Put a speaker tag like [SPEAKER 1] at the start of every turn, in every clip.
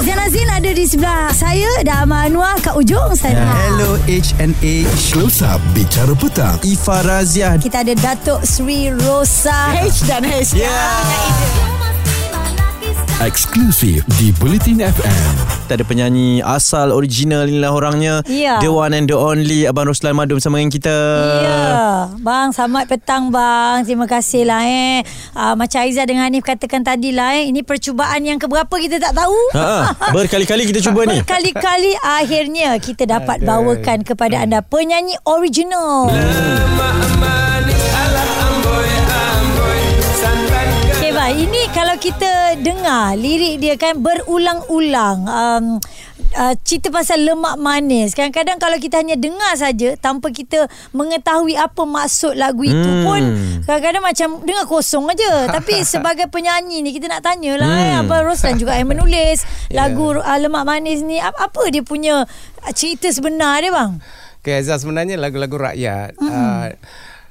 [SPEAKER 1] Zainal Zain ada di sebelah saya dan Amal Anwar kat ujung sana.
[SPEAKER 2] Ya.
[SPEAKER 3] Hello HNA
[SPEAKER 4] Close Up Bicara Petang
[SPEAKER 3] Ifa Razia
[SPEAKER 1] Kita ada Datuk Sri Rosa H dan H. Ah,
[SPEAKER 4] Eksklusif di Bulletin FM
[SPEAKER 3] Kita ada penyanyi asal original inilah orangnya
[SPEAKER 1] Ya.
[SPEAKER 3] The one and the only Abang Roslan Madum sama dengan kita
[SPEAKER 1] Ya, bang selamat petang bang. Terima kasih lah eh. Uh, macam Aiza dengan Hanif katakan tadi lah eh, ini percubaan yang keberapa kita tak tahu.
[SPEAKER 3] Ha, berkali-kali kita cuba ni
[SPEAKER 1] Berkali-kali akhirnya kita dapat bawakan kepada anda penyanyi original. Okay, baik. Ini kalau kita dengar lirik dia kan berulang-ulang. Um, Uh, cerita pasal lemak manis Kadang-kadang kalau kita hanya dengar saja Tanpa kita mengetahui apa maksud lagu itu
[SPEAKER 3] Hmm.
[SPEAKER 1] pun Kadang-kadang macam dengar kosong aja Tapi sebagai penyanyi ni kita nak tanyalah hmm. eh, Abang Roslan juga yang menulis Lagu
[SPEAKER 3] Ya.
[SPEAKER 1] uh, lemak manis ni ap- Apa dia punya uh, cerita sebenar dia bang?
[SPEAKER 2] Okay Azhar sebenarnya lagu-lagu rakyat mm. uh,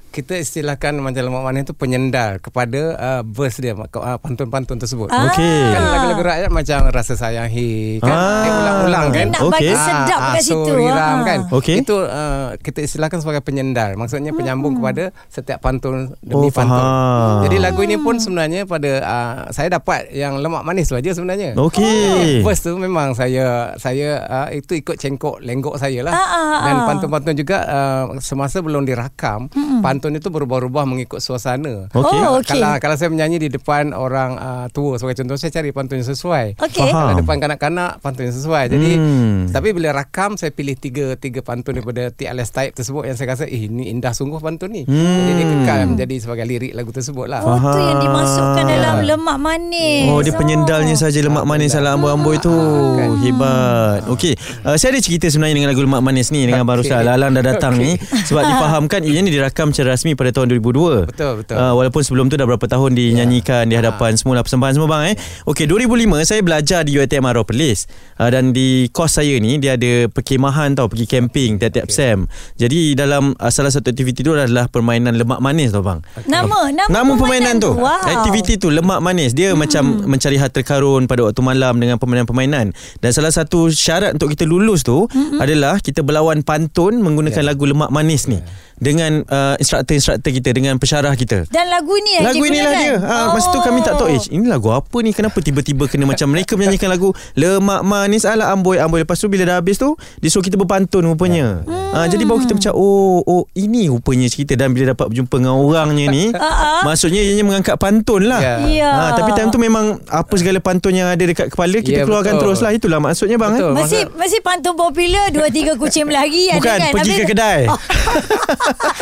[SPEAKER 2] kita istilahkan macam lemak manis itu penyendal kepada uh, verse dia mak- uh, pantun-pantun tersebut.
[SPEAKER 1] Ah.
[SPEAKER 3] Okey.
[SPEAKER 2] Kan lagu-lagu rakyat macam rasa sayangi kan
[SPEAKER 3] Ah.
[SPEAKER 2] dia ulang-ulang
[SPEAKER 1] Dia
[SPEAKER 2] kan.
[SPEAKER 1] nak
[SPEAKER 3] Okey.
[SPEAKER 1] bagi
[SPEAKER 3] Ah,
[SPEAKER 1] sedap kat situ
[SPEAKER 2] Riram
[SPEAKER 1] Ah.
[SPEAKER 2] kan.
[SPEAKER 3] Okey.
[SPEAKER 2] Itu uh, kita istilahkan sebagai penyendal. Maksudnya penyambung
[SPEAKER 1] Hmm.
[SPEAKER 2] kepada setiap pantun
[SPEAKER 3] Oh,
[SPEAKER 2] demi pantun.
[SPEAKER 3] faham.
[SPEAKER 2] Jadi lagu ini
[SPEAKER 1] Hmm.
[SPEAKER 2] pun sebenarnya pada uh, saya dapat yang lemak manis tu aja sebenarnya.
[SPEAKER 1] Oh,
[SPEAKER 3] Okey
[SPEAKER 2] First tu memang saya saya uh, itu ikut cengkok lenggok saya
[SPEAKER 1] Ah,
[SPEAKER 2] lah
[SPEAKER 1] ah, ah. Hmm.
[SPEAKER 2] dan pantun-pantun juga uh, semasa belum dirakam mm pantun itu berubah-ubah mengikut suasana.
[SPEAKER 3] Okey.
[SPEAKER 1] Oh, okey.
[SPEAKER 2] Kalau kalau saya menyanyi di depan orang uh, tua sebagai contoh saya cari pantun yang sesuai.
[SPEAKER 1] Okey.
[SPEAKER 3] Faham.
[SPEAKER 2] Kalau depan kanak-kanak pantun yang sesuai. Jadi
[SPEAKER 3] Hmm.
[SPEAKER 2] tapi bila rakam saya pilih tiga tiga pantun daripada TLS type tersebut yang saya rasa eh ini indah sungguh pantun ni. Jadi
[SPEAKER 3] Hmm.
[SPEAKER 2] dia kekal menjadi sebagai lirik lagu tersebut lah.
[SPEAKER 1] Oh tu yang dimasukkan
[SPEAKER 3] Faham.
[SPEAKER 1] dalam lemak manis
[SPEAKER 3] Ah. Oh dia penyendalnya saja lemak manis ala amboi-amboi tu.
[SPEAKER 2] Kan.
[SPEAKER 3] Hebat. Okey, uh, saya ada cerita sebenarnya dengan lagu lemak manis ni dengan Abang
[SPEAKER 2] Okey.
[SPEAKER 3] Ruslan. Lalang dah datang ni sebab difahamkan ia ni dirakam secara rasmi pada tahun 2002.
[SPEAKER 2] Betul, betul. Ya. Ah.
[SPEAKER 3] Uh, walaupun sebelum tu dah berapa tahun dinyanyikan di hadapan semula persembahan semua bang eh. Okey, 2005 saya belajar di UiTM Arau Perlis. Uh, dan di kos saya ni dia ada perkemahan tau pergi camping tiap-tiap sem. Jadi dalam uh, salah satu aktiviti tu adalah permainan lemak manis tau bang.
[SPEAKER 1] Nama Nama,
[SPEAKER 3] Nama permainan tu
[SPEAKER 1] Wow
[SPEAKER 3] Aktiviti tu Lemak manis Dia hmm. macam Mencari harta karun Pada waktu malam Dengan permainan-permainan Dan salah satu syarat Untuk kita lulus tu hmm. Adalah Kita berlawan pantun Menggunakan yeah. lagu Lemak manis ni yeah. Dengan uh, Instruktor-instruktor kita Dengan pesyarah kita
[SPEAKER 1] Dan lagu ni yang Oh.
[SPEAKER 3] Lagu
[SPEAKER 1] dia
[SPEAKER 3] inilah
[SPEAKER 1] gunakan?
[SPEAKER 3] dia ha, Masa tu kami tak tahu Eh ini lagu apa ni Kenapa tiba-tiba kena macam Mereka menyanyikan lagu Lemak manis ala amboi amboi Lepas tu bila dah habis tu Dia suruh kita berpantun rupanya ha, Jadi baru kita macam Oh oh ini rupanya cerita Dan bila dapat berjumpa dengan orangnya ni
[SPEAKER 1] Ah, ah.
[SPEAKER 3] Maksudnya ianya mengangkat pantun lah
[SPEAKER 2] Ya.
[SPEAKER 1] Ya.
[SPEAKER 3] Ha, tapi time tu memang Apa segala pantun yang ada dekat kepala
[SPEAKER 2] Ya,
[SPEAKER 3] Kita keluarkan
[SPEAKER 2] betul.
[SPEAKER 3] terus lah Itulah maksudnya bang
[SPEAKER 2] Betul.
[SPEAKER 3] eh?
[SPEAKER 1] Masih masih pantun popular Dua tiga kucing lagi ada
[SPEAKER 3] Bukan
[SPEAKER 1] kan?
[SPEAKER 3] pergi
[SPEAKER 1] Habis-
[SPEAKER 3] ke kedai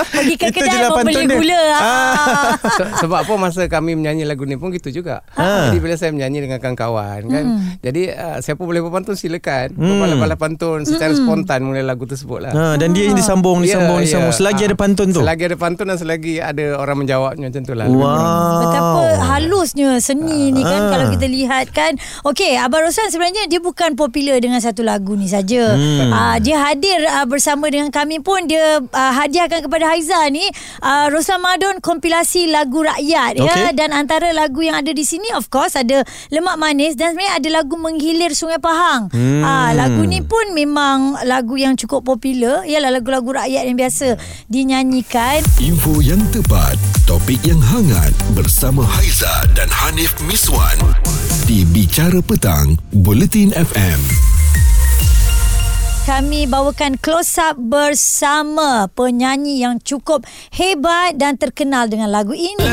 [SPEAKER 1] Pergi ke
[SPEAKER 3] Itu je
[SPEAKER 1] kedai
[SPEAKER 3] lah
[SPEAKER 1] Membeli
[SPEAKER 3] pantun dia.
[SPEAKER 1] gula
[SPEAKER 3] Ah.
[SPEAKER 2] Se- Sebab apa masa kami menyanyi lagu ni pun gitu juga.
[SPEAKER 3] Ha.
[SPEAKER 2] Ha. Jadi bila saya menyanyi dengan kawan-kawan kan.
[SPEAKER 1] Hmm.
[SPEAKER 2] Jadi uh, siapa boleh berpantun silakan.
[SPEAKER 3] Hmm.
[SPEAKER 2] Berbalap-balap pantun secara
[SPEAKER 1] Hmm.
[SPEAKER 2] spontan mulai lagu tersebut lah.
[SPEAKER 3] ha, Dan
[SPEAKER 1] Ah.
[SPEAKER 3] dia disambung
[SPEAKER 2] Ya,
[SPEAKER 3] Disambung
[SPEAKER 2] ya.
[SPEAKER 3] disambung Selagi
[SPEAKER 2] Ha.
[SPEAKER 3] ada pantun tu
[SPEAKER 2] Selagi ada pantun dan selagi ada orang menjawabnya macam tu lah.
[SPEAKER 3] Wow
[SPEAKER 1] Betapa halusnya seni ni kan
[SPEAKER 3] Ah.
[SPEAKER 1] kalau kita lihat kan. Okey, Abang Roslan sebenarnya dia bukan popular dengan satu lagu ni saja. Hmm. dia hadir ah, bersama dengan kami pun dia ah, hadiahkan kepada Haiza ni ah, Roslan Madon kompilasi lagu rakyat ya
[SPEAKER 3] Okey.
[SPEAKER 1] dan antara lagu yang ada di sini of course ada Lemak Manis dan sebenarnya ada lagu Menghilir Sungai Pahang. Hmm. lagu ni pun memang lagu yang cukup popular ialah lagu-lagu rakyat yang
[SPEAKER 3] Ya.
[SPEAKER 1] biasa dinyanyikan.
[SPEAKER 4] Info yang tepat Topik yang hangat Bersama Haiza dan Hanif Miswan Di Bicara Petang Bulletin FM
[SPEAKER 1] kami bawakan close up bersama penyanyi yang cukup hebat dan terkenal dengan lagu ini.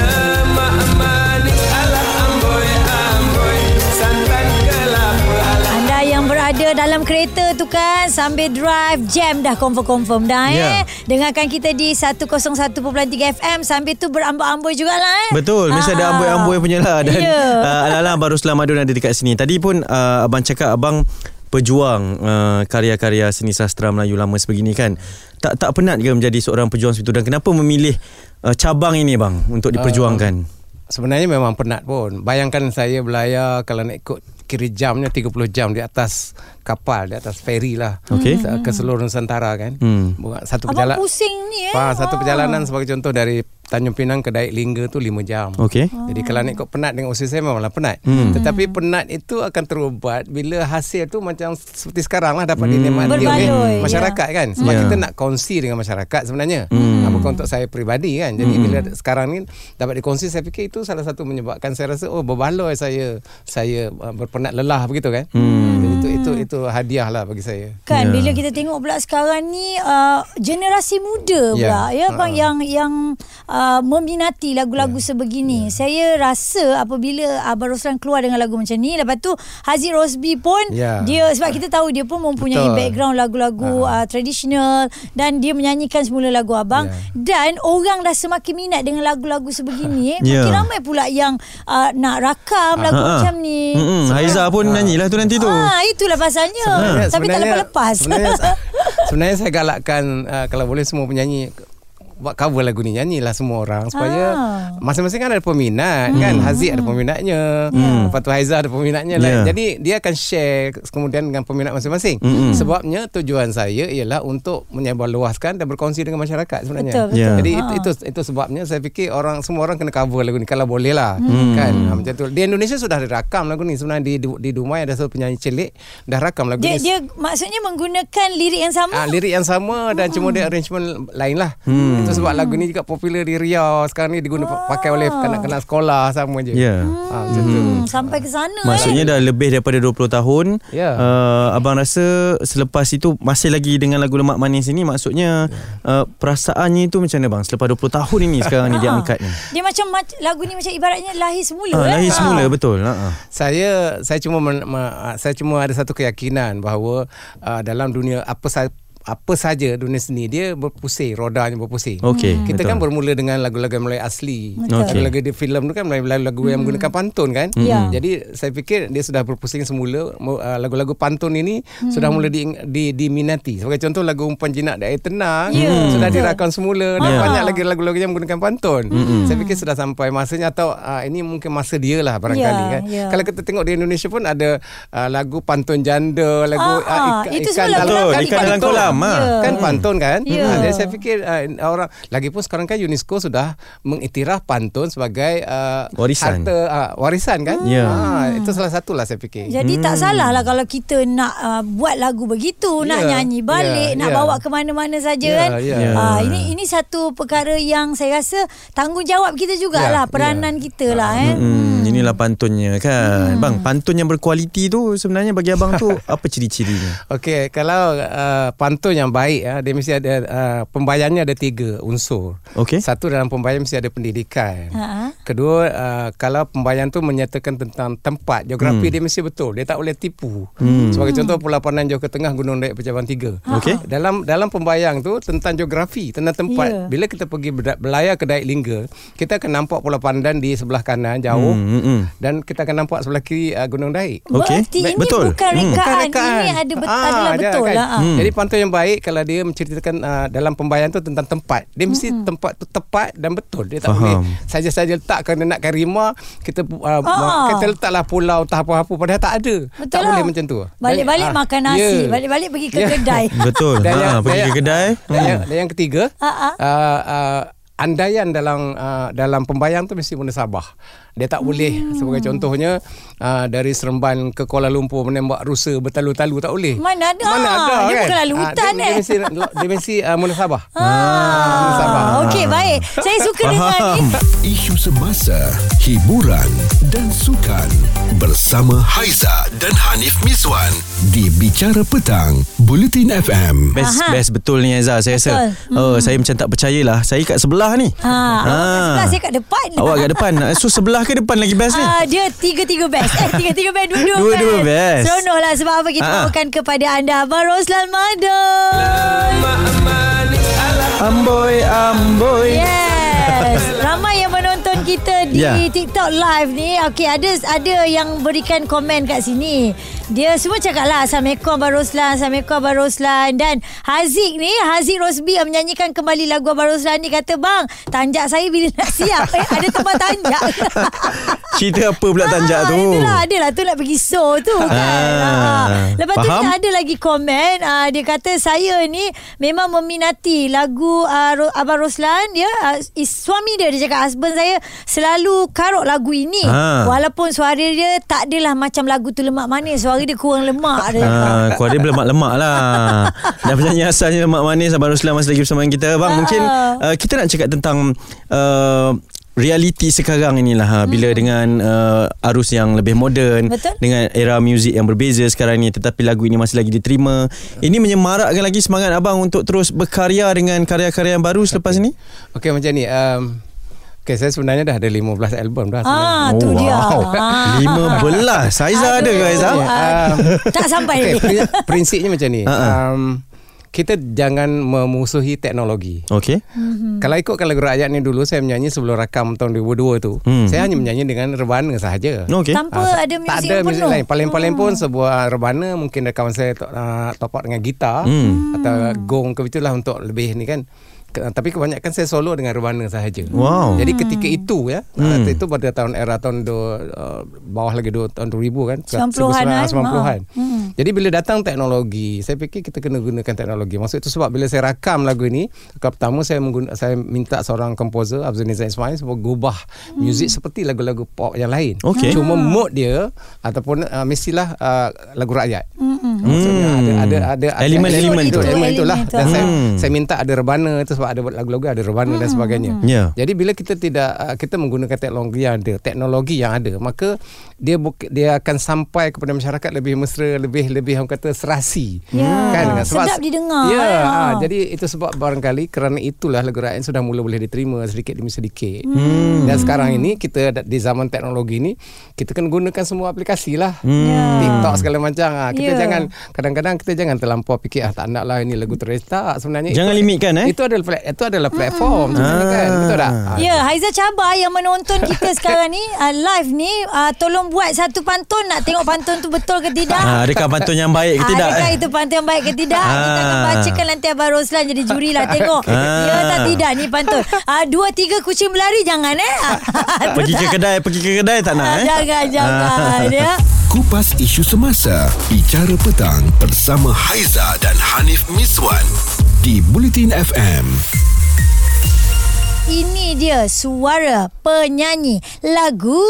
[SPEAKER 1] Anda yang berada dalam kereta tu kan sambil drive jam dah confirm-confirm dah eh.
[SPEAKER 3] Ya.
[SPEAKER 1] Dengarkan kita di 101.3 FM sambil tu beramboi-amboi jugalah eh.
[SPEAKER 3] Betul Mesti
[SPEAKER 1] Ah.
[SPEAKER 3] ada amboi-amboi punya lah
[SPEAKER 1] Ya.
[SPEAKER 3] Dan yeah. uh, Alang-alang Abang Ruslan Madun ada dekat sini Tadi pun uh, Abang cakap Abang pejuang uh, karya-karya seni sastra Melayu lama sebegini kan tak tak penat ke menjadi seorang pejuang seperti itu dan kenapa memilih uh, cabang ini bang untuk diperjuangkan
[SPEAKER 2] Ah. Sebenarnya memang penat pun. Bayangkan saya belayar kalau nak ikut kira jamnya 30 jam di atas kapal, di atas feri lah.
[SPEAKER 3] Okey.
[SPEAKER 2] Sa- Ke seluruh Nusantara kan.
[SPEAKER 3] Hmm.
[SPEAKER 2] Buat Satu
[SPEAKER 1] Abang
[SPEAKER 2] perjalanan.
[SPEAKER 1] pusing ni eh.
[SPEAKER 2] Ah,
[SPEAKER 1] Ah.
[SPEAKER 2] satu perjalanan sebagai contoh dari Tanjung Pinang ke Daik Lingga tu 5 jam.
[SPEAKER 3] Okey.
[SPEAKER 2] Jadi kalau nak kau penat dengan usia saya memanglah penat. Tetapi penat itu akan terubat bila hasil tu macam seperti sekarang lah dapat dinikmati oleh
[SPEAKER 1] Berbaloi,
[SPEAKER 2] masyarakat kan. Sebab
[SPEAKER 3] Ya.
[SPEAKER 2] kita nak kongsi dengan masyarakat sebenarnya. Hmm. Apa untuk saya peribadi kan. Jadi bila sekarang ni dapat dikongsi saya fikir itu salah satu menyebabkan saya rasa oh berbaloi saya saya uh, berpenat lelah begitu kan. Jadi itu itu itu hadiah lah bagi saya.
[SPEAKER 1] Kan yeah. bila kita tengok pula sekarang ni uh, generasi muda pula yeah.
[SPEAKER 2] Yeah.
[SPEAKER 1] ya bang
[SPEAKER 2] Ha.
[SPEAKER 1] yang yang uh, meminati lagu-lagu yeah. sebegini. Yeah. Saya rasa apabila Abang Roslan keluar dengan lagu macam ni lepas tu Haziq Rosbi pun yeah.
[SPEAKER 2] Yeah.
[SPEAKER 1] dia sebab kita tahu dia pun mempunyai Betul.
[SPEAKER 2] Betul.
[SPEAKER 1] background lagu-lagu uh, tradisional dan dia menyanyikan semula lagu abang yeah. dan orang dah semakin minat dengan lagu-lagu sebegini. eh.
[SPEAKER 3] Yeah.
[SPEAKER 1] Makin ramai pula yang uh, nak rakam lagu
[SPEAKER 3] Ah, ah.
[SPEAKER 1] macam ni.
[SPEAKER 3] Mm-mm. Haiza pun nyanyilah tu nanti tu.
[SPEAKER 1] Ah itulah pasalnya. Tapi tak
[SPEAKER 2] Sebenarnya- sebenarnya-
[SPEAKER 1] lepas-lepas.
[SPEAKER 2] Sebenarnya, sebenarnya saya galakkan uh, kalau boleh semua penyanyi buat cover lagu ni nyanyilah semua orang supaya
[SPEAKER 1] Ah.
[SPEAKER 2] masing-masing kan ada peminat hmm. kan Haziq ada peminatnya hmm. Lepas tu Haizah ada peminatnya
[SPEAKER 3] Ya.
[SPEAKER 2] yeah. jadi dia akan share kemudian dengan peminat masing-masing
[SPEAKER 3] Mm-mm.
[SPEAKER 2] sebabnya tujuan saya ialah untuk menyebarluaskan dan berkongsi dengan masyarakat sebenarnya
[SPEAKER 1] Betul, betul.
[SPEAKER 3] Ya.
[SPEAKER 2] jadi itu, itu itu sebabnya saya fikir orang semua orang kena cover lagu ni kalau boleh lah hmm. kan ha, macam tu di Indonesia sudah ada rakam lagu ni sebenarnya di, di, di Dumai ada satu penyanyi celik dah rakam lagu
[SPEAKER 1] Dia
[SPEAKER 2] ni
[SPEAKER 1] dia maksudnya menggunakan lirik yang
[SPEAKER 2] Ah,
[SPEAKER 1] sama.
[SPEAKER 2] lirik yang sama dan cuma dia arrangement lain lah. Hmm. Itu sebab lagu ni juga popular di Riau. Sekarang ni diguna pakai oleh kanak-kanak sekolah sama je.
[SPEAKER 3] Ya.
[SPEAKER 2] Ah, macam tu.
[SPEAKER 1] Hmm, sampai ke sana eh.
[SPEAKER 3] Maksudnya dah lebih daripada 20 tahun.
[SPEAKER 2] Ya.
[SPEAKER 3] Uh, abang rasa selepas itu masih lagi dengan lagu Lemak Manis ini maksudnya uh, perasaannya itu macam mana bang? Selepas 20 tahun ini sekarang ni diangkat ni.
[SPEAKER 1] eh. Ah. Dia macam mac- lagu ni macam ibaratnya lahir semula.
[SPEAKER 3] Ah,
[SPEAKER 1] eh.
[SPEAKER 3] lahir
[SPEAKER 1] Ah.
[SPEAKER 3] semula betul. Ha.
[SPEAKER 2] Saya saya cuma men, ma, saya cuma ada satu keyakinan bahawa uh, dalam dunia apa sa, apa saja dunia seni dia berpusing, rodanya berpusing.
[SPEAKER 3] Okey.
[SPEAKER 2] Kita
[SPEAKER 3] betul.
[SPEAKER 2] kan bermula dengan lagu-lagu Melayu asli.
[SPEAKER 1] Betul.
[SPEAKER 3] Okey. Hmm.
[SPEAKER 2] Lagu-lagu di filem tu kan lagu-lagu yang menggunakan pantun kan.
[SPEAKER 1] Ya.
[SPEAKER 2] Jadi saya fikir dia sudah berpusing semula Mu- uh, lagu-lagu pantun ini
[SPEAKER 1] Hmm.
[SPEAKER 2] sudah mula di, di, diminati. Sebagai contoh lagu umpan jinak di air tenang
[SPEAKER 1] Ya. Hmm.
[SPEAKER 2] sudah dirakam semula dan
[SPEAKER 3] Ya. Hmm.
[SPEAKER 2] banyak lagi lagu-lagu yang menggunakan pantun. Saya fikir sudah sampai masanya atau uh, ini mungkin masa dia lah barangkali
[SPEAKER 1] Ya,
[SPEAKER 2] kan.
[SPEAKER 1] ya.
[SPEAKER 2] Kalau kita tengok di Indonesia pun ada uh, lagu pantun janda, lagu
[SPEAKER 1] Ah, ah.
[SPEAKER 2] uh,
[SPEAKER 1] Itu semua lagu
[SPEAKER 3] Betul,
[SPEAKER 1] ikan dalam
[SPEAKER 3] kolam, ah.
[SPEAKER 1] Ya.
[SPEAKER 2] Kan pantun kan?
[SPEAKER 1] Ya.
[SPEAKER 2] Ah, jadi saya fikir uh, orang lagipun sekarang kan UNESCO sudah mengiktiraf pantun sebagai uh,
[SPEAKER 3] Warisan.
[SPEAKER 2] harta uh, warisan kan?
[SPEAKER 3] Ya.
[SPEAKER 2] Ah, itu salah satulah saya fikir.
[SPEAKER 1] Jadi
[SPEAKER 3] Hmm.
[SPEAKER 1] tak salah lah kalau kita nak uh, buat lagu begitu, yeah, nak
[SPEAKER 2] Ya,
[SPEAKER 1] nyanyi balik, yeah,
[SPEAKER 2] ya,
[SPEAKER 1] nak
[SPEAKER 2] ya.
[SPEAKER 1] bawa ke mana-mana saja
[SPEAKER 2] Ya,
[SPEAKER 1] kan.
[SPEAKER 2] ya.
[SPEAKER 1] Ah, ini ini satu perkara yang saya rasa tanggungjawab kita jugalah,
[SPEAKER 2] Ya,
[SPEAKER 1] peranan kita lah eh.
[SPEAKER 3] Hmm, inilah pantunnya
[SPEAKER 1] Hmm.
[SPEAKER 3] kan. Bang, pantun yang berkualiti tu sebenarnya bagi abang tu apa ciri-cirinya?
[SPEAKER 2] Okey, kalau uh, pantun yang baik ah, dia mesti ada uh, pembayarnya ada tiga unsur.
[SPEAKER 3] Okey.
[SPEAKER 2] Satu dalam pembayaran mesti ada pendidikan.
[SPEAKER 1] Ha.
[SPEAKER 2] Kedua, uh, kalau pembayaran tu menyatakan tentang tempat, geografi
[SPEAKER 3] Hmm.
[SPEAKER 2] dia mesti betul. Dia tak boleh tipu. Sebagai contoh Pulau Pandan Johor ke Tengah Gunung Dayak Pejaban 3.
[SPEAKER 3] Ah. Okey.
[SPEAKER 2] Dalam dalam pembayang tu tentang geografi, tentang tempat.
[SPEAKER 1] Ya.
[SPEAKER 2] Bila kita pergi berda- belayar ke Dayak Lingga, kita akan nampak Pulau Pandan di sebelah kanan jauh
[SPEAKER 3] Hmm, hmm, hmm.
[SPEAKER 2] dan kita akan nampak sebelah kiri uh, Gunung Daik.
[SPEAKER 3] Okey.
[SPEAKER 1] Berarti ini
[SPEAKER 3] Betul.
[SPEAKER 1] bukan
[SPEAKER 3] Hmm.
[SPEAKER 1] rekaan,
[SPEAKER 2] Bukan
[SPEAKER 1] ini ada bet- adalah
[SPEAKER 2] Ah, ada, kan?
[SPEAKER 1] betul lah. ah.
[SPEAKER 2] Jadi pantun yang baik kalau dia menceritakan uh, dalam pembayaran tu tentang tempat. Dia mesti hmm. tempat tu tepat dan betul. Dia tak
[SPEAKER 3] Faham.
[SPEAKER 2] boleh saja-saja letak kerana nakkan rima kita uh,
[SPEAKER 1] Ah.
[SPEAKER 2] kita letaklah pulau tak apa-apa padahal tak ada.
[SPEAKER 1] Betul
[SPEAKER 2] tak
[SPEAKER 1] lah.
[SPEAKER 2] boleh macam tu.
[SPEAKER 1] Balik-balik
[SPEAKER 2] Ah,
[SPEAKER 1] makan nasi,
[SPEAKER 2] ya.
[SPEAKER 1] balik-balik pergi ke
[SPEAKER 2] Ya.
[SPEAKER 1] kedai.
[SPEAKER 3] Betul.
[SPEAKER 2] Dan yang-
[SPEAKER 3] Ha, pergi
[SPEAKER 2] dan
[SPEAKER 3] ke
[SPEAKER 2] yang-
[SPEAKER 3] kedai. Hmm.
[SPEAKER 2] Dan yang, dan yang ketiga,
[SPEAKER 1] Ah, ah.
[SPEAKER 2] uh, uh, andaian dalam uh, dalam pembayang tu mesti munasabah. Dia tak boleh
[SPEAKER 1] Hmm.
[SPEAKER 2] sebagai contohnya uh, dari Seremban ke Kuala Lumpur menembak rusa bertalu-talu tak boleh.
[SPEAKER 1] Mana ada.
[SPEAKER 2] Mana ada
[SPEAKER 1] Dia
[SPEAKER 2] kan?
[SPEAKER 1] bukan lalu
[SPEAKER 2] Ah,
[SPEAKER 1] hutan,
[SPEAKER 2] dia,
[SPEAKER 1] eh.
[SPEAKER 2] dia mesti dia mesti uh, munasabah. Munasabah.
[SPEAKER 1] Ah, okey baik. Saya suka dengan ni.
[SPEAKER 4] Isu semasa, hiburan dan sukan bersama Haiza dan Hanif Miswan di Bicara Petang, Bulletin FM.
[SPEAKER 3] Best
[SPEAKER 1] Aha.
[SPEAKER 3] Aha. best betul ni Aizah saya rasa.
[SPEAKER 1] Betul. Hmm.
[SPEAKER 3] Oh, saya macam tak percayalah. Saya kat sebelah ni.
[SPEAKER 1] Ha, awak kat
[SPEAKER 3] Ah.
[SPEAKER 1] sebelah, saya kat depan.
[SPEAKER 3] Awak kat depan. So sebelah ke depan lagi best ni?
[SPEAKER 1] Ah, dia tiga-tiga best Eh tiga-tiga best Dua-dua best
[SPEAKER 3] Dua-dua best.
[SPEAKER 1] Seronok lah Sebab apa kita
[SPEAKER 3] Ah.
[SPEAKER 1] bawakan kepada anda Abang Roslan Mada
[SPEAKER 3] Amboi amboi.
[SPEAKER 1] Yes Ramai yang menonton Sebelum kita di
[SPEAKER 3] Ya.
[SPEAKER 1] yeah. TikTok live ni Okey ada ada yang berikan komen kat sini Dia semua cakap lah Assalamualaikum Abang Roslan Assalamualaikum Abang Roslan Dan Haziq ni Haziq Rosbi yang menyanyikan kembali lagu Abang Roslan ni Kata bang Tanjak saya bila nak siap Eh ada teman tanjak
[SPEAKER 3] Cerita apa pula tanjak tu?
[SPEAKER 1] Ah, Itulah adalah tu nak pergi show tu kan.
[SPEAKER 3] Ah,
[SPEAKER 1] Ah. Lepas
[SPEAKER 3] faham?
[SPEAKER 1] tu kita ada lagi komen ah, dia kata saya ni memang meminati lagu ah, Ro- Abang Roslan dia ah, is, suami dia dia cakap husband saya selalu karok lagu ini
[SPEAKER 3] Ah.
[SPEAKER 1] walaupun suara dia tak adalah macam lagu tu lemak manis suara dia kurang lemak dia. cakap.
[SPEAKER 3] Ha, keluar dia berlemak-lemak lah Dah penyanyi asalnya lemak manis Abang Ruslan masih lagi bersama dengan kita
[SPEAKER 1] Ah.
[SPEAKER 3] Bang mungkin uh, Kita nak cakap tentang uh, Realiti sekarang inilah ha, Bila dengan uh, Arus yang lebih moden
[SPEAKER 1] Hmm. Betul.
[SPEAKER 3] Dengan era muzik yang berbeza sekarang ni Tetapi lagu ini masih lagi diterima Ini menyemarakkan lagi semangat abang Untuk terus berkarya dengan karya-karya yang baru selepas ni
[SPEAKER 2] Okey macam ni. Um, okay, saya sebenarnya dah ada 15 album dah sebenarnya.
[SPEAKER 1] Ah,
[SPEAKER 3] Oh,
[SPEAKER 1] tu dia. Ah.
[SPEAKER 3] 15 Haiza ada Ah. ke Haiza?
[SPEAKER 1] Aduh.
[SPEAKER 2] Um,
[SPEAKER 1] Tak sampai
[SPEAKER 2] okay,
[SPEAKER 1] lagi.
[SPEAKER 2] pri- prinsipnya macam ni.
[SPEAKER 3] Ha, ha.
[SPEAKER 2] Um, kita jangan memusuhi teknologi.
[SPEAKER 3] Okey
[SPEAKER 2] Hmm. Kalau ikutkan lagu rakyat ni dulu saya menyanyi sebelum rakam tahun 2002 tu. Hmm.
[SPEAKER 3] Hmm.
[SPEAKER 2] Saya hanya menyanyi dengan rebana sahaja.
[SPEAKER 3] Okey
[SPEAKER 1] Tanpa
[SPEAKER 2] Ah,
[SPEAKER 1] ada
[SPEAKER 2] tak
[SPEAKER 1] muzik
[SPEAKER 2] ada
[SPEAKER 1] yang
[SPEAKER 2] muzik
[SPEAKER 1] penuh.
[SPEAKER 2] lain. Paling-paling pun sebuah rebana mungkin rekaman saya to, uh, top up dengan gitar
[SPEAKER 3] Hmm.
[SPEAKER 2] atau gong ke itulah untuk lebih ni kan. Ke, tapi kebanyakan saya solo dengan rebana sahaja.
[SPEAKER 3] Wow.
[SPEAKER 2] Jadi ketika itu ya,
[SPEAKER 3] Hmm.
[SPEAKER 2] hmm. itu pada tahun era tahun do, uh, bawah lagi do, tahun 2000 kan.
[SPEAKER 1] 90-an, eh?
[SPEAKER 2] 90-an.
[SPEAKER 1] Ha. Hmm.
[SPEAKER 2] Jadi bila datang teknologi, saya fikir kita kena gunakan teknologi. Maksud itu sebab bila saya rakam lagu ini, kali pertama saya mengguna, saya minta seorang komposer Abzul Nizam Ismail sebab gubah hmm. Ah. muzik seperti lagu-lagu pop yang lain.
[SPEAKER 3] Okey.
[SPEAKER 2] Cuma mood dia ataupun uh, mestilah uh, lagu rakyat. Hmm. Maksudnya ada ada ada ada-
[SPEAKER 3] Elemen-elemen
[SPEAKER 2] ada-
[SPEAKER 3] tu.
[SPEAKER 2] ada Elemen itulah.
[SPEAKER 1] Elemen tu.
[SPEAKER 2] Dan saya
[SPEAKER 3] Hmm.
[SPEAKER 2] saya minta ada rebana itu sebab ada lagu-lagu ada rebana
[SPEAKER 1] Hmm.
[SPEAKER 2] dan sebagainya.
[SPEAKER 3] Ya.
[SPEAKER 2] Jadi bila kita tidak uh, kita menggunakan teknologi yang ada, teknologi yang ada, maka dia buk, dia akan sampai kepada masyarakat lebih mesra, lebih lebih orang kata serasi. Kan?
[SPEAKER 1] Ya, sedap didengar.
[SPEAKER 2] Ya,
[SPEAKER 1] Ya.
[SPEAKER 2] ha, jadi itu sebab barangkali kerana itulah lagu rakyat sudah mula boleh diterima sedikit demi sedikit. Hmm. Dan sekarang ini kita da- di zaman teknologi ni kita kan gunakan semua aplikasi lah. Hmm. TikTok segala macam. Ha, kita
[SPEAKER 1] Ya.
[SPEAKER 2] jangan kadang-kadang kita jangan terlampau fikir ah tak naklah ini lagu teres tak sebenarnya.
[SPEAKER 3] Jangan
[SPEAKER 2] itu,
[SPEAKER 3] limitkan, eh?
[SPEAKER 2] Itu adalah pla- itu adalah platform hmm. sebenarnya kan.
[SPEAKER 3] Ah.
[SPEAKER 2] Betul tak? Ha,
[SPEAKER 1] Ya, Haiza Cabar yang menonton kita sekarang ni uh, live ni uh, tolong buat satu pantun nak tengok pantun tu betul ke tidak. Ah,
[SPEAKER 3] ha, Adakah pantun yang baik ke tidak?
[SPEAKER 1] Adakah
[SPEAKER 3] eh?
[SPEAKER 1] itu pantun yang baik ke tidak? Kita akan
[SPEAKER 3] Ah.
[SPEAKER 1] bacakan nanti Abang Roslan jadi juri lah tengok.
[SPEAKER 3] Ah.
[SPEAKER 1] Ya tak tidak ni pantun. Ah, dua, tiga kucing berlari jangan eh. Ah,
[SPEAKER 3] Pergi ke kedai Pergi ke kedai tak nak eh Ah.
[SPEAKER 1] jangan, jangan. Ya.
[SPEAKER 4] Kupas isu semasa Bicara petang Bersama Haiza dan Hanif Miswan Di Bulletin FM
[SPEAKER 1] Ini dia suara penyanyi lagu.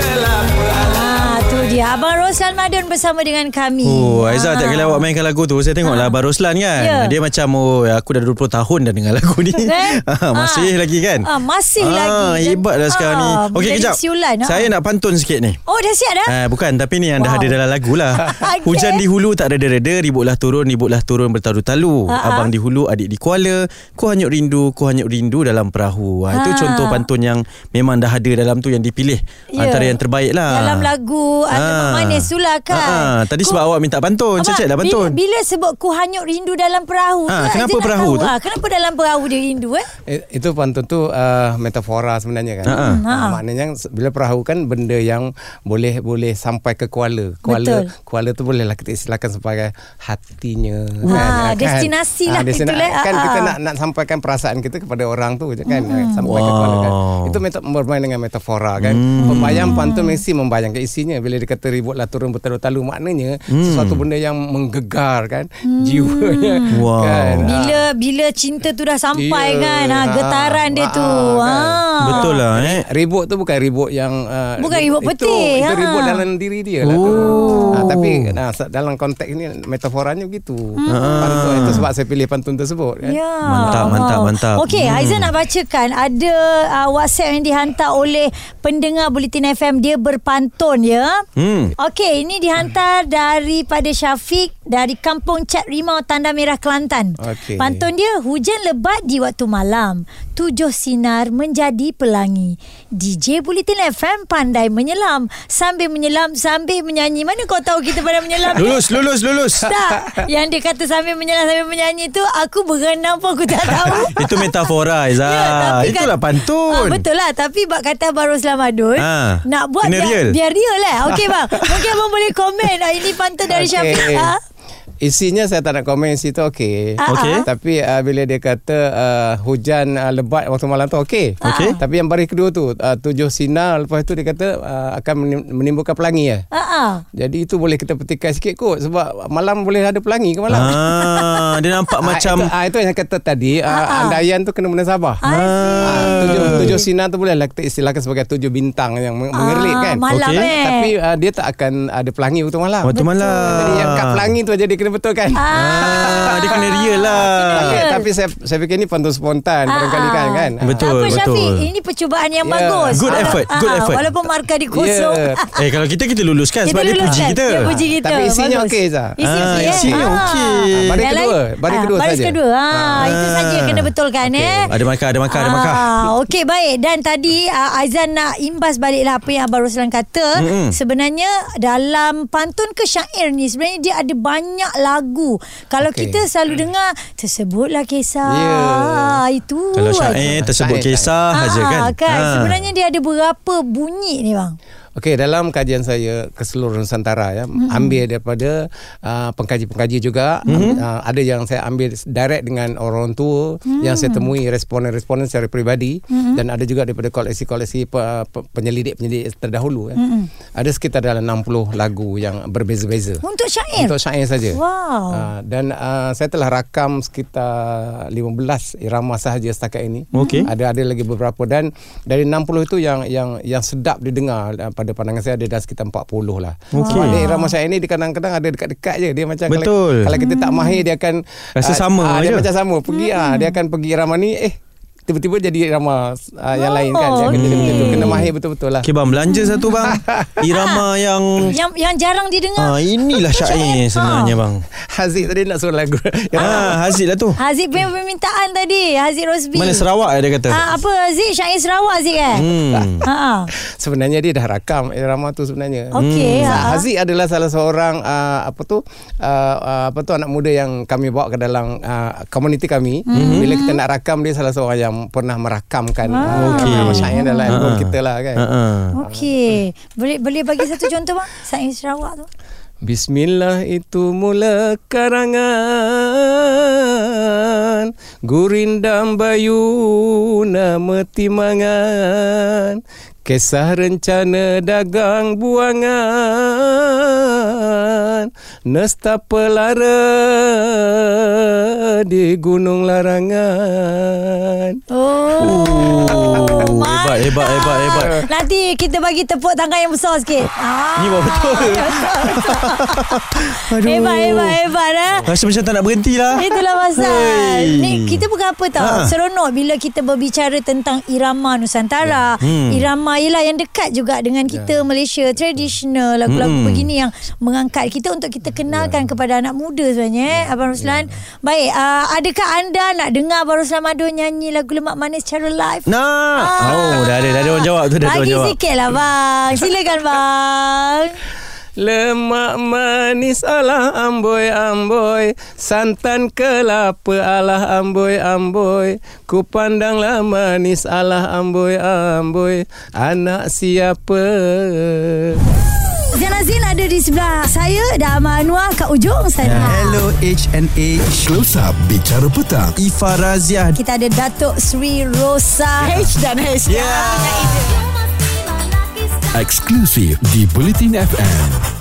[SPEAKER 1] Ah, tu dia Abang Roslan Madun bersama dengan kami.
[SPEAKER 3] Oh, Aizah tiap kali
[SPEAKER 1] Ah.
[SPEAKER 3] awak mainkan lagu tu Saya tengok lah Abang Roslan kan
[SPEAKER 1] Ya.
[SPEAKER 3] Dia macam oh, Aku dah 20 tahun dah dengar lagu ni
[SPEAKER 1] Kan?
[SPEAKER 3] Ah, Masih
[SPEAKER 1] Ah.
[SPEAKER 3] lagi kan
[SPEAKER 1] Ah, masih lagi. Dan-
[SPEAKER 3] Hebat lah sekarang ni
[SPEAKER 1] Ah,
[SPEAKER 3] Okey
[SPEAKER 1] menjadi
[SPEAKER 3] kejap
[SPEAKER 1] siulan, ah.
[SPEAKER 3] Saya nak pantun sikit ni
[SPEAKER 1] Oh, dah siap dah?
[SPEAKER 3] Eh, bukan tapi ni yang dah
[SPEAKER 1] Wow.
[SPEAKER 3] ada dalam lagu lah
[SPEAKER 1] Okey.
[SPEAKER 3] Hujan di hulu tak reda-reda Ributlah turun Ributlah turun bertalu-talu
[SPEAKER 1] Ha-ha.
[SPEAKER 3] Abang di hulu Adik di kuala Ku hanyut rindu Ku hanyut rindu dalam perahu ha, Itu
[SPEAKER 1] Ha.
[SPEAKER 3] contoh pantun yang Memang dah ada dalam tu Yang dipilih
[SPEAKER 1] Ya.
[SPEAKER 3] Antara yang terbaik lah
[SPEAKER 1] Dalam lagu ah. Lemak Manis tu lah kan.
[SPEAKER 3] Ah, ah. Tadi sebab awak minta pantun, saya
[SPEAKER 1] Abang,
[SPEAKER 3] cek dah pantun.
[SPEAKER 1] Bila, bila sebut ku hanyut rindu dalam perahu.
[SPEAKER 3] Ah,
[SPEAKER 1] tu, saya
[SPEAKER 3] kenapa
[SPEAKER 1] nak
[SPEAKER 3] perahu
[SPEAKER 1] tahu,
[SPEAKER 3] tu?
[SPEAKER 1] ah, kenapa dalam perahu dia rindu eh?
[SPEAKER 2] Eh, Itu pantun tu uh, metafora sebenarnya kan.
[SPEAKER 3] Ha-ha.
[SPEAKER 2] Ha, maknanya se- bila perahu kan benda yang boleh boleh sampai ke kuala. Kuala
[SPEAKER 1] Betul.
[SPEAKER 2] kuala tu bolehlah kita istilahkan sebagai hatinya kan? Ah,
[SPEAKER 1] Ha, destinasi lah
[SPEAKER 2] destina-
[SPEAKER 1] itulah.
[SPEAKER 2] Kan
[SPEAKER 1] Ha-ha. Hmm.
[SPEAKER 2] kita nak nak sampaikan perasaan kita kepada orang tu je kan sampai ke kuala kan.
[SPEAKER 3] Wow. Hmm.
[SPEAKER 2] Itu meta- bermain dengan metafora kan. Pembayang pantun mesti membayangkan isinya bila dia kata ributlah turun bertalu-talu maknanya
[SPEAKER 3] Hmm.
[SPEAKER 2] sesuatu benda yang menggegar kan
[SPEAKER 1] Hmm.
[SPEAKER 2] jiwanya
[SPEAKER 3] Wow.
[SPEAKER 2] kan. Ah.
[SPEAKER 1] Bila bila cinta tu dah sampai
[SPEAKER 2] Ya.
[SPEAKER 1] kan. Ha, getaran dia
[SPEAKER 2] Ah,
[SPEAKER 1] tu. Ha.
[SPEAKER 2] kan.
[SPEAKER 3] Betul lah eh.
[SPEAKER 2] Ribut tu bukan ribut yang uh,
[SPEAKER 1] Bukan ribut
[SPEAKER 2] itu,
[SPEAKER 1] peti,
[SPEAKER 2] Itu
[SPEAKER 1] ha.
[SPEAKER 2] ribut dalam diri dia lah tu.
[SPEAKER 3] Oh.
[SPEAKER 2] Ha, tapi nah, se- dalam konteks ni metaforanya begitu. Pantun itu sebab saya pilih pantun tersebut kan.
[SPEAKER 1] Hmm. Ya.
[SPEAKER 3] Mantap, mantap, mantap.
[SPEAKER 1] Okey,
[SPEAKER 3] Hmm.
[SPEAKER 1] hmm. Aizan nak bacakan ada uh, WhatsApp yang dihantar oleh pendengar Bulletin FM dia berpantun ya.
[SPEAKER 3] Hmm.
[SPEAKER 1] Okey, Okey, ini dihantar daripada Syafiq dari Kampung Cat Rimau Tanda Merah Kelantan.
[SPEAKER 2] Okey.
[SPEAKER 1] Pantun dia hujan lebat di waktu malam. Tujuh sinar menjadi pelangi. DJ Bulletin FM pandai menyelam. Sambil menyelam, sambil menyanyi. Mana kau tahu kita pandai menyelam?
[SPEAKER 3] Lulus, lulus, lulus.
[SPEAKER 1] tak. Yang dia kata sambil menyelam, sambil menyanyi tu, aku berenang pun aku tak tahu.
[SPEAKER 3] Itu metafora Aizah.
[SPEAKER 1] Ya, tapi kan-
[SPEAKER 3] Itulah
[SPEAKER 1] Ah,
[SPEAKER 3] pantun.
[SPEAKER 1] betul lah Tapi bak kata Abang Roslan Madun
[SPEAKER 3] Ah,
[SPEAKER 1] Nak buat
[SPEAKER 3] kena
[SPEAKER 1] biar
[SPEAKER 3] real.
[SPEAKER 1] Biar real lah Okey bang Mungkin abang boleh komen ah, Ini pantun dari okay. Syafiq ah.
[SPEAKER 2] Isinya saya tak nak komen isi tu okey.
[SPEAKER 1] Ah,
[SPEAKER 3] Okey. ah.
[SPEAKER 2] Tapi uh, bila dia kata uh, hujan uh, lebat waktu malam tu okey.
[SPEAKER 1] Ah.
[SPEAKER 3] Okey.
[SPEAKER 2] Tapi yang baris kedua tu uh, tujuh sinar lepas tu dia kata uh, akan menim- menimbulkan pelangi ya.
[SPEAKER 1] Ah, ah.
[SPEAKER 2] Jadi itu boleh kita petikai sikit kot sebab malam boleh ada pelangi ke malam.
[SPEAKER 3] Ah, dia nampak macam
[SPEAKER 2] itu, ah, itu yang saya kata tadi ah, andaian tu kena munasabah.
[SPEAKER 1] I see.
[SPEAKER 2] Ah, tujuh, tujuh sinar tu bolehlah kita istilahkan sebagai tujuh bintang yang meng- mengerlik kan.
[SPEAKER 1] Malam
[SPEAKER 3] Okey.
[SPEAKER 1] eh
[SPEAKER 2] Tapi ah, dia tak akan ada pelangi waktu malam.
[SPEAKER 3] waktu malam.
[SPEAKER 2] Jadi yang kat pelangi tu aja dia kena betulkan.
[SPEAKER 3] Ah, dia kena real lah.
[SPEAKER 2] Tapi, tapi saya saya fikir ni pantun spontan
[SPEAKER 1] Ah,
[SPEAKER 2] barangkali kan kan.
[SPEAKER 3] Betul.
[SPEAKER 1] tak Ah, apa, Syafiq
[SPEAKER 3] betul.
[SPEAKER 1] Ini percubaan yang
[SPEAKER 2] Ya.
[SPEAKER 1] bagus
[SPEAKER 3] Good
[SPEAKER 1] Wala-
[SPEAKER 3] effort, good effort.
[SPEAKER 1] Walaupun markah dia kosong
[SPEAKER 2] Ya.
[SPEAKER 3] Eh kalau kita kita luluskan sebab dia puji kita.
[SPEAKER 1] Dia puji kita
[SPEAKER 2] Tapi isinya
[SPEAKER 1] bagus.
[SPEAKER 2] okey, Zah.
[SPEAKER 1] Isi
[SPEAKER 3] Ah,
[SPEAKER 1] okey eh?
[SPEAKER 3] isinya
[SPEAKER 1] Ah.
[SPEAKER 3] okey.
[SPEAKER 2] Ah, baris
[SPEAKER 1] Yang
[SPEAKER 2] kedua,
[SPEAKER 1] lain-
[SPEAKER 2] baris
[SPEAKER 1] ah,
[SPEAKER 2] kedua
[SPEAKER 1] Baris
[SPEAKER 2] saja.
[SPEAKER 1] kedua ah, Itu
[SPEAKER 3] Ah.
[SPEAKER 1] saja kena betulkan eh
[SPEAKER 3] Ada markah, ada markah, ada markah.
[SPEAKER 1] Ah, Okey baik Dan tadi uh, Aizan nak imbas baliklah Apa yang Abang Roslan kata
[SPEAKER 3] Mm-mm.
[SPEAKER 1] Sebenarnya Dalam pantun ke syair ni Sebenarnya dia ada banyak lagu Kalau
[SPEAKER 2] Okey.
[SPEAKER 1] kita selalu dengar Tersebutlah kisah
[SPEAKER 2] Ya.
[SPEAKER 1] yeah. Itu
[SPEAKER 3] Kalau
[SPEAKER 1] aja.
[SPEAKER 3] syair tersebut
[SPEAKER 2] Syair,
[SPEAKER 3] kisah
[SPEAKER 1] Ah,
[SPEAKER 3] aja kan.
[SPEAKER 1] kan?
[SPEAKER 3] Ah.
[SPEAKER 1] Sebenarnya dia ada berapa bunyi ni bang
[SPEAKER 2] Okey, dalam kajian saya ke seluruh Nusantara ya, mm-hmm. ambil daripada uh, pengkaji-pengkaji juga, mm-hmm. uh, ada yang saya ambil direct dengan orang tua mm-hmm. yang saya temui responden-responden secara peribadi mm-hmm. dan ada juga daripada koleksi-koleksi pe- pe- penyelidik-penyelidik terdahulu ya. Mm-hmm. Ada sekitar dalam 60 lagu yang berbeza-beza.
[SPEAKER 1] Untuk syair
[SPEAKER 2] Untuk syair saja.
[SPEAKER 1] Wow.
[SPEAKER 2] Uh, dan uh, saya telah rakam sekitar 15 irama sahaja setakat ini.
[SPEAKER 3] Okey.
[SPEAKER 2] Ada ada lagi beberapa dan dari 60 itu yang yang yang sedap didengar uh, pada pandangan saya ada dah sekitar 40 lah.
[SPEAKER 3] Okey.
[SPEAKER 2] Sebab dia irama syair ini dia kadang-kadang ada dekat-dekat je. Dia macam
[SPEAKER 3] Betul.
[SPEAKER 2] kalau, kalau kita tak mahir dia akan
[SPEAKER 3] Rasa sama
[SPEAKER 2] ah, dia
[SPEAKER 3] je.
[SPEAKER 2] macam sama. Pergi ah dia akan pergi irama ni eh tiba-tiba jadi irama uh, yang
[SPEAKER 1] Oh,
[SPEAKER 2] lain kan. Dia akan jadi
[SPEAKER 1] okey.
[SPEAKER 2] macam tu. kena mahir betul-betul lah.
[SPEAKER 3] Okey bang, belanja satu bang. Irama yang
[SPEAKER 1] yang, yang jarang didengar
[SPEAKER 3] ah inilah
[SPEAKER 1] eh.
[SPEAKER 3] syair sebenarnya
[SPEAKER 1] Ah.
[SPEAKER 3] bang.
[SPEAKER 2] Haziq tadi nak suruh lagu.
[SPEAKER 3] Ah, Haziq lah tu.
[SPEAKER 1] Haziq punya permintaan tadi Haziq Rosbi
[SPEAKER 3] Mana Sarawak dia kata.
[SPEAKER 1] Ah, apa Haziq syair Sarawak Haziq eh
[SPEAKER 3] Hmm.
[SPEAKER 1] Ha ah.
[SPEAKER 2] Sebenarnya dia dah rakam irama tu sebenarnya.
[SPEAKER 1] Okey.
[SPEAKER 2] Sa-
[SPEAKER 1] Ha.
[SPEAKER 2] Haziq adalah salah seorang uh, apa tu uh, uh, apa tu anak muda yang kami bawa ke dalam uh, komuniti kami. Mm-hmm. Bila kita nak rakam dia salah seorang yang pernah merakamkan. Ah.
[SPEAKER 3] Okey.
[SPEAKER 2] Nama syairnya dalam album kita lah kan.
[SPEAKER 3] Ah, ah.
[SPEAKER 1] Okey. Boleh boleh bagi satu contoh bang? Sains Sarawak tu.
[SPEAKER 2] Bismillah itu mula karangan Gurindam bayu nama timangan Kisah rencana dagang buangan Nesta pelara di gunung larangan
[SPEAKER 1] Oh.
[SPEAKER 3] Hebat, hebat, hebat, hebat.
[SPEAKER 1] Nanti kita bagi tepuk tangan yang besar sikit. Ah.
[SPEAKER 3] Ni buat betul.
[SPEAKER 1] Hebat, hebat, hebat eh.
[SPEAKER 3] Rasa macam tak nak berhenti lah.
[SPEAKER 1] Itulah pasal
[SPEAKER 3] Hey.
[SPEAKER 1] Ni kita bukan apa tau
[SPEAKER 3] Ha.
[SPEAKER 1] ha. Seronok bila kita berbicara tentang irama Nusantara
[SPEAKER 3] Hmm. Ya.
[SPEAKER 1] hmm. Irama ialah yang dekat juga dengan kita Malaysia Traditional lah, lagu-lagu
[SPEAKER 3] Mm-mm.
[SPEAKER 1] begini yang mengangkat kita Untuk kita
[SPEAKER 3] Ya.
[SPEAKER 1] kenalkan kepada anak muda sebenarnya eh, Abang Ruslan Baik, uh, adakah anda nak dengar Abang Ruslan Madun nyanyi lagu Lemak Manis secara live?
[SPEAKER 3] Nak.
[SPEAKER 1] Ah.
[SPEAKER 3] Oh, dah ada, dah ada orang jawab tu, dah ada orang
[SPEAKER 1] Bagi
[SPEAKER 3] jawab.
[SPEAKER 1] sikit lah bang Silakan bang
[SPEAKER 2] Lemak manis ala amboi-amboi Santan kelapa ala amboi-amboi Ku pandanglah manis ala amboi-amboi Anak siapa
[SPEAKER 1] Zainazin ada di sebelah saya Dan Amal Anwar kat ujung sana
[SPEAKER 3] Ya.
[SPEAKER 5] Hello HNA
[SPEAKER 4] Close Up Bicara Petang
[SPEAKER 3] Ifa Raziah.
[SPEAKER 1] Kita ada Datuk Sri Rosa H dan H
[SPEAKER 3] Yeah.
[SPEAKER 4] Eksklusif di Bulletin FM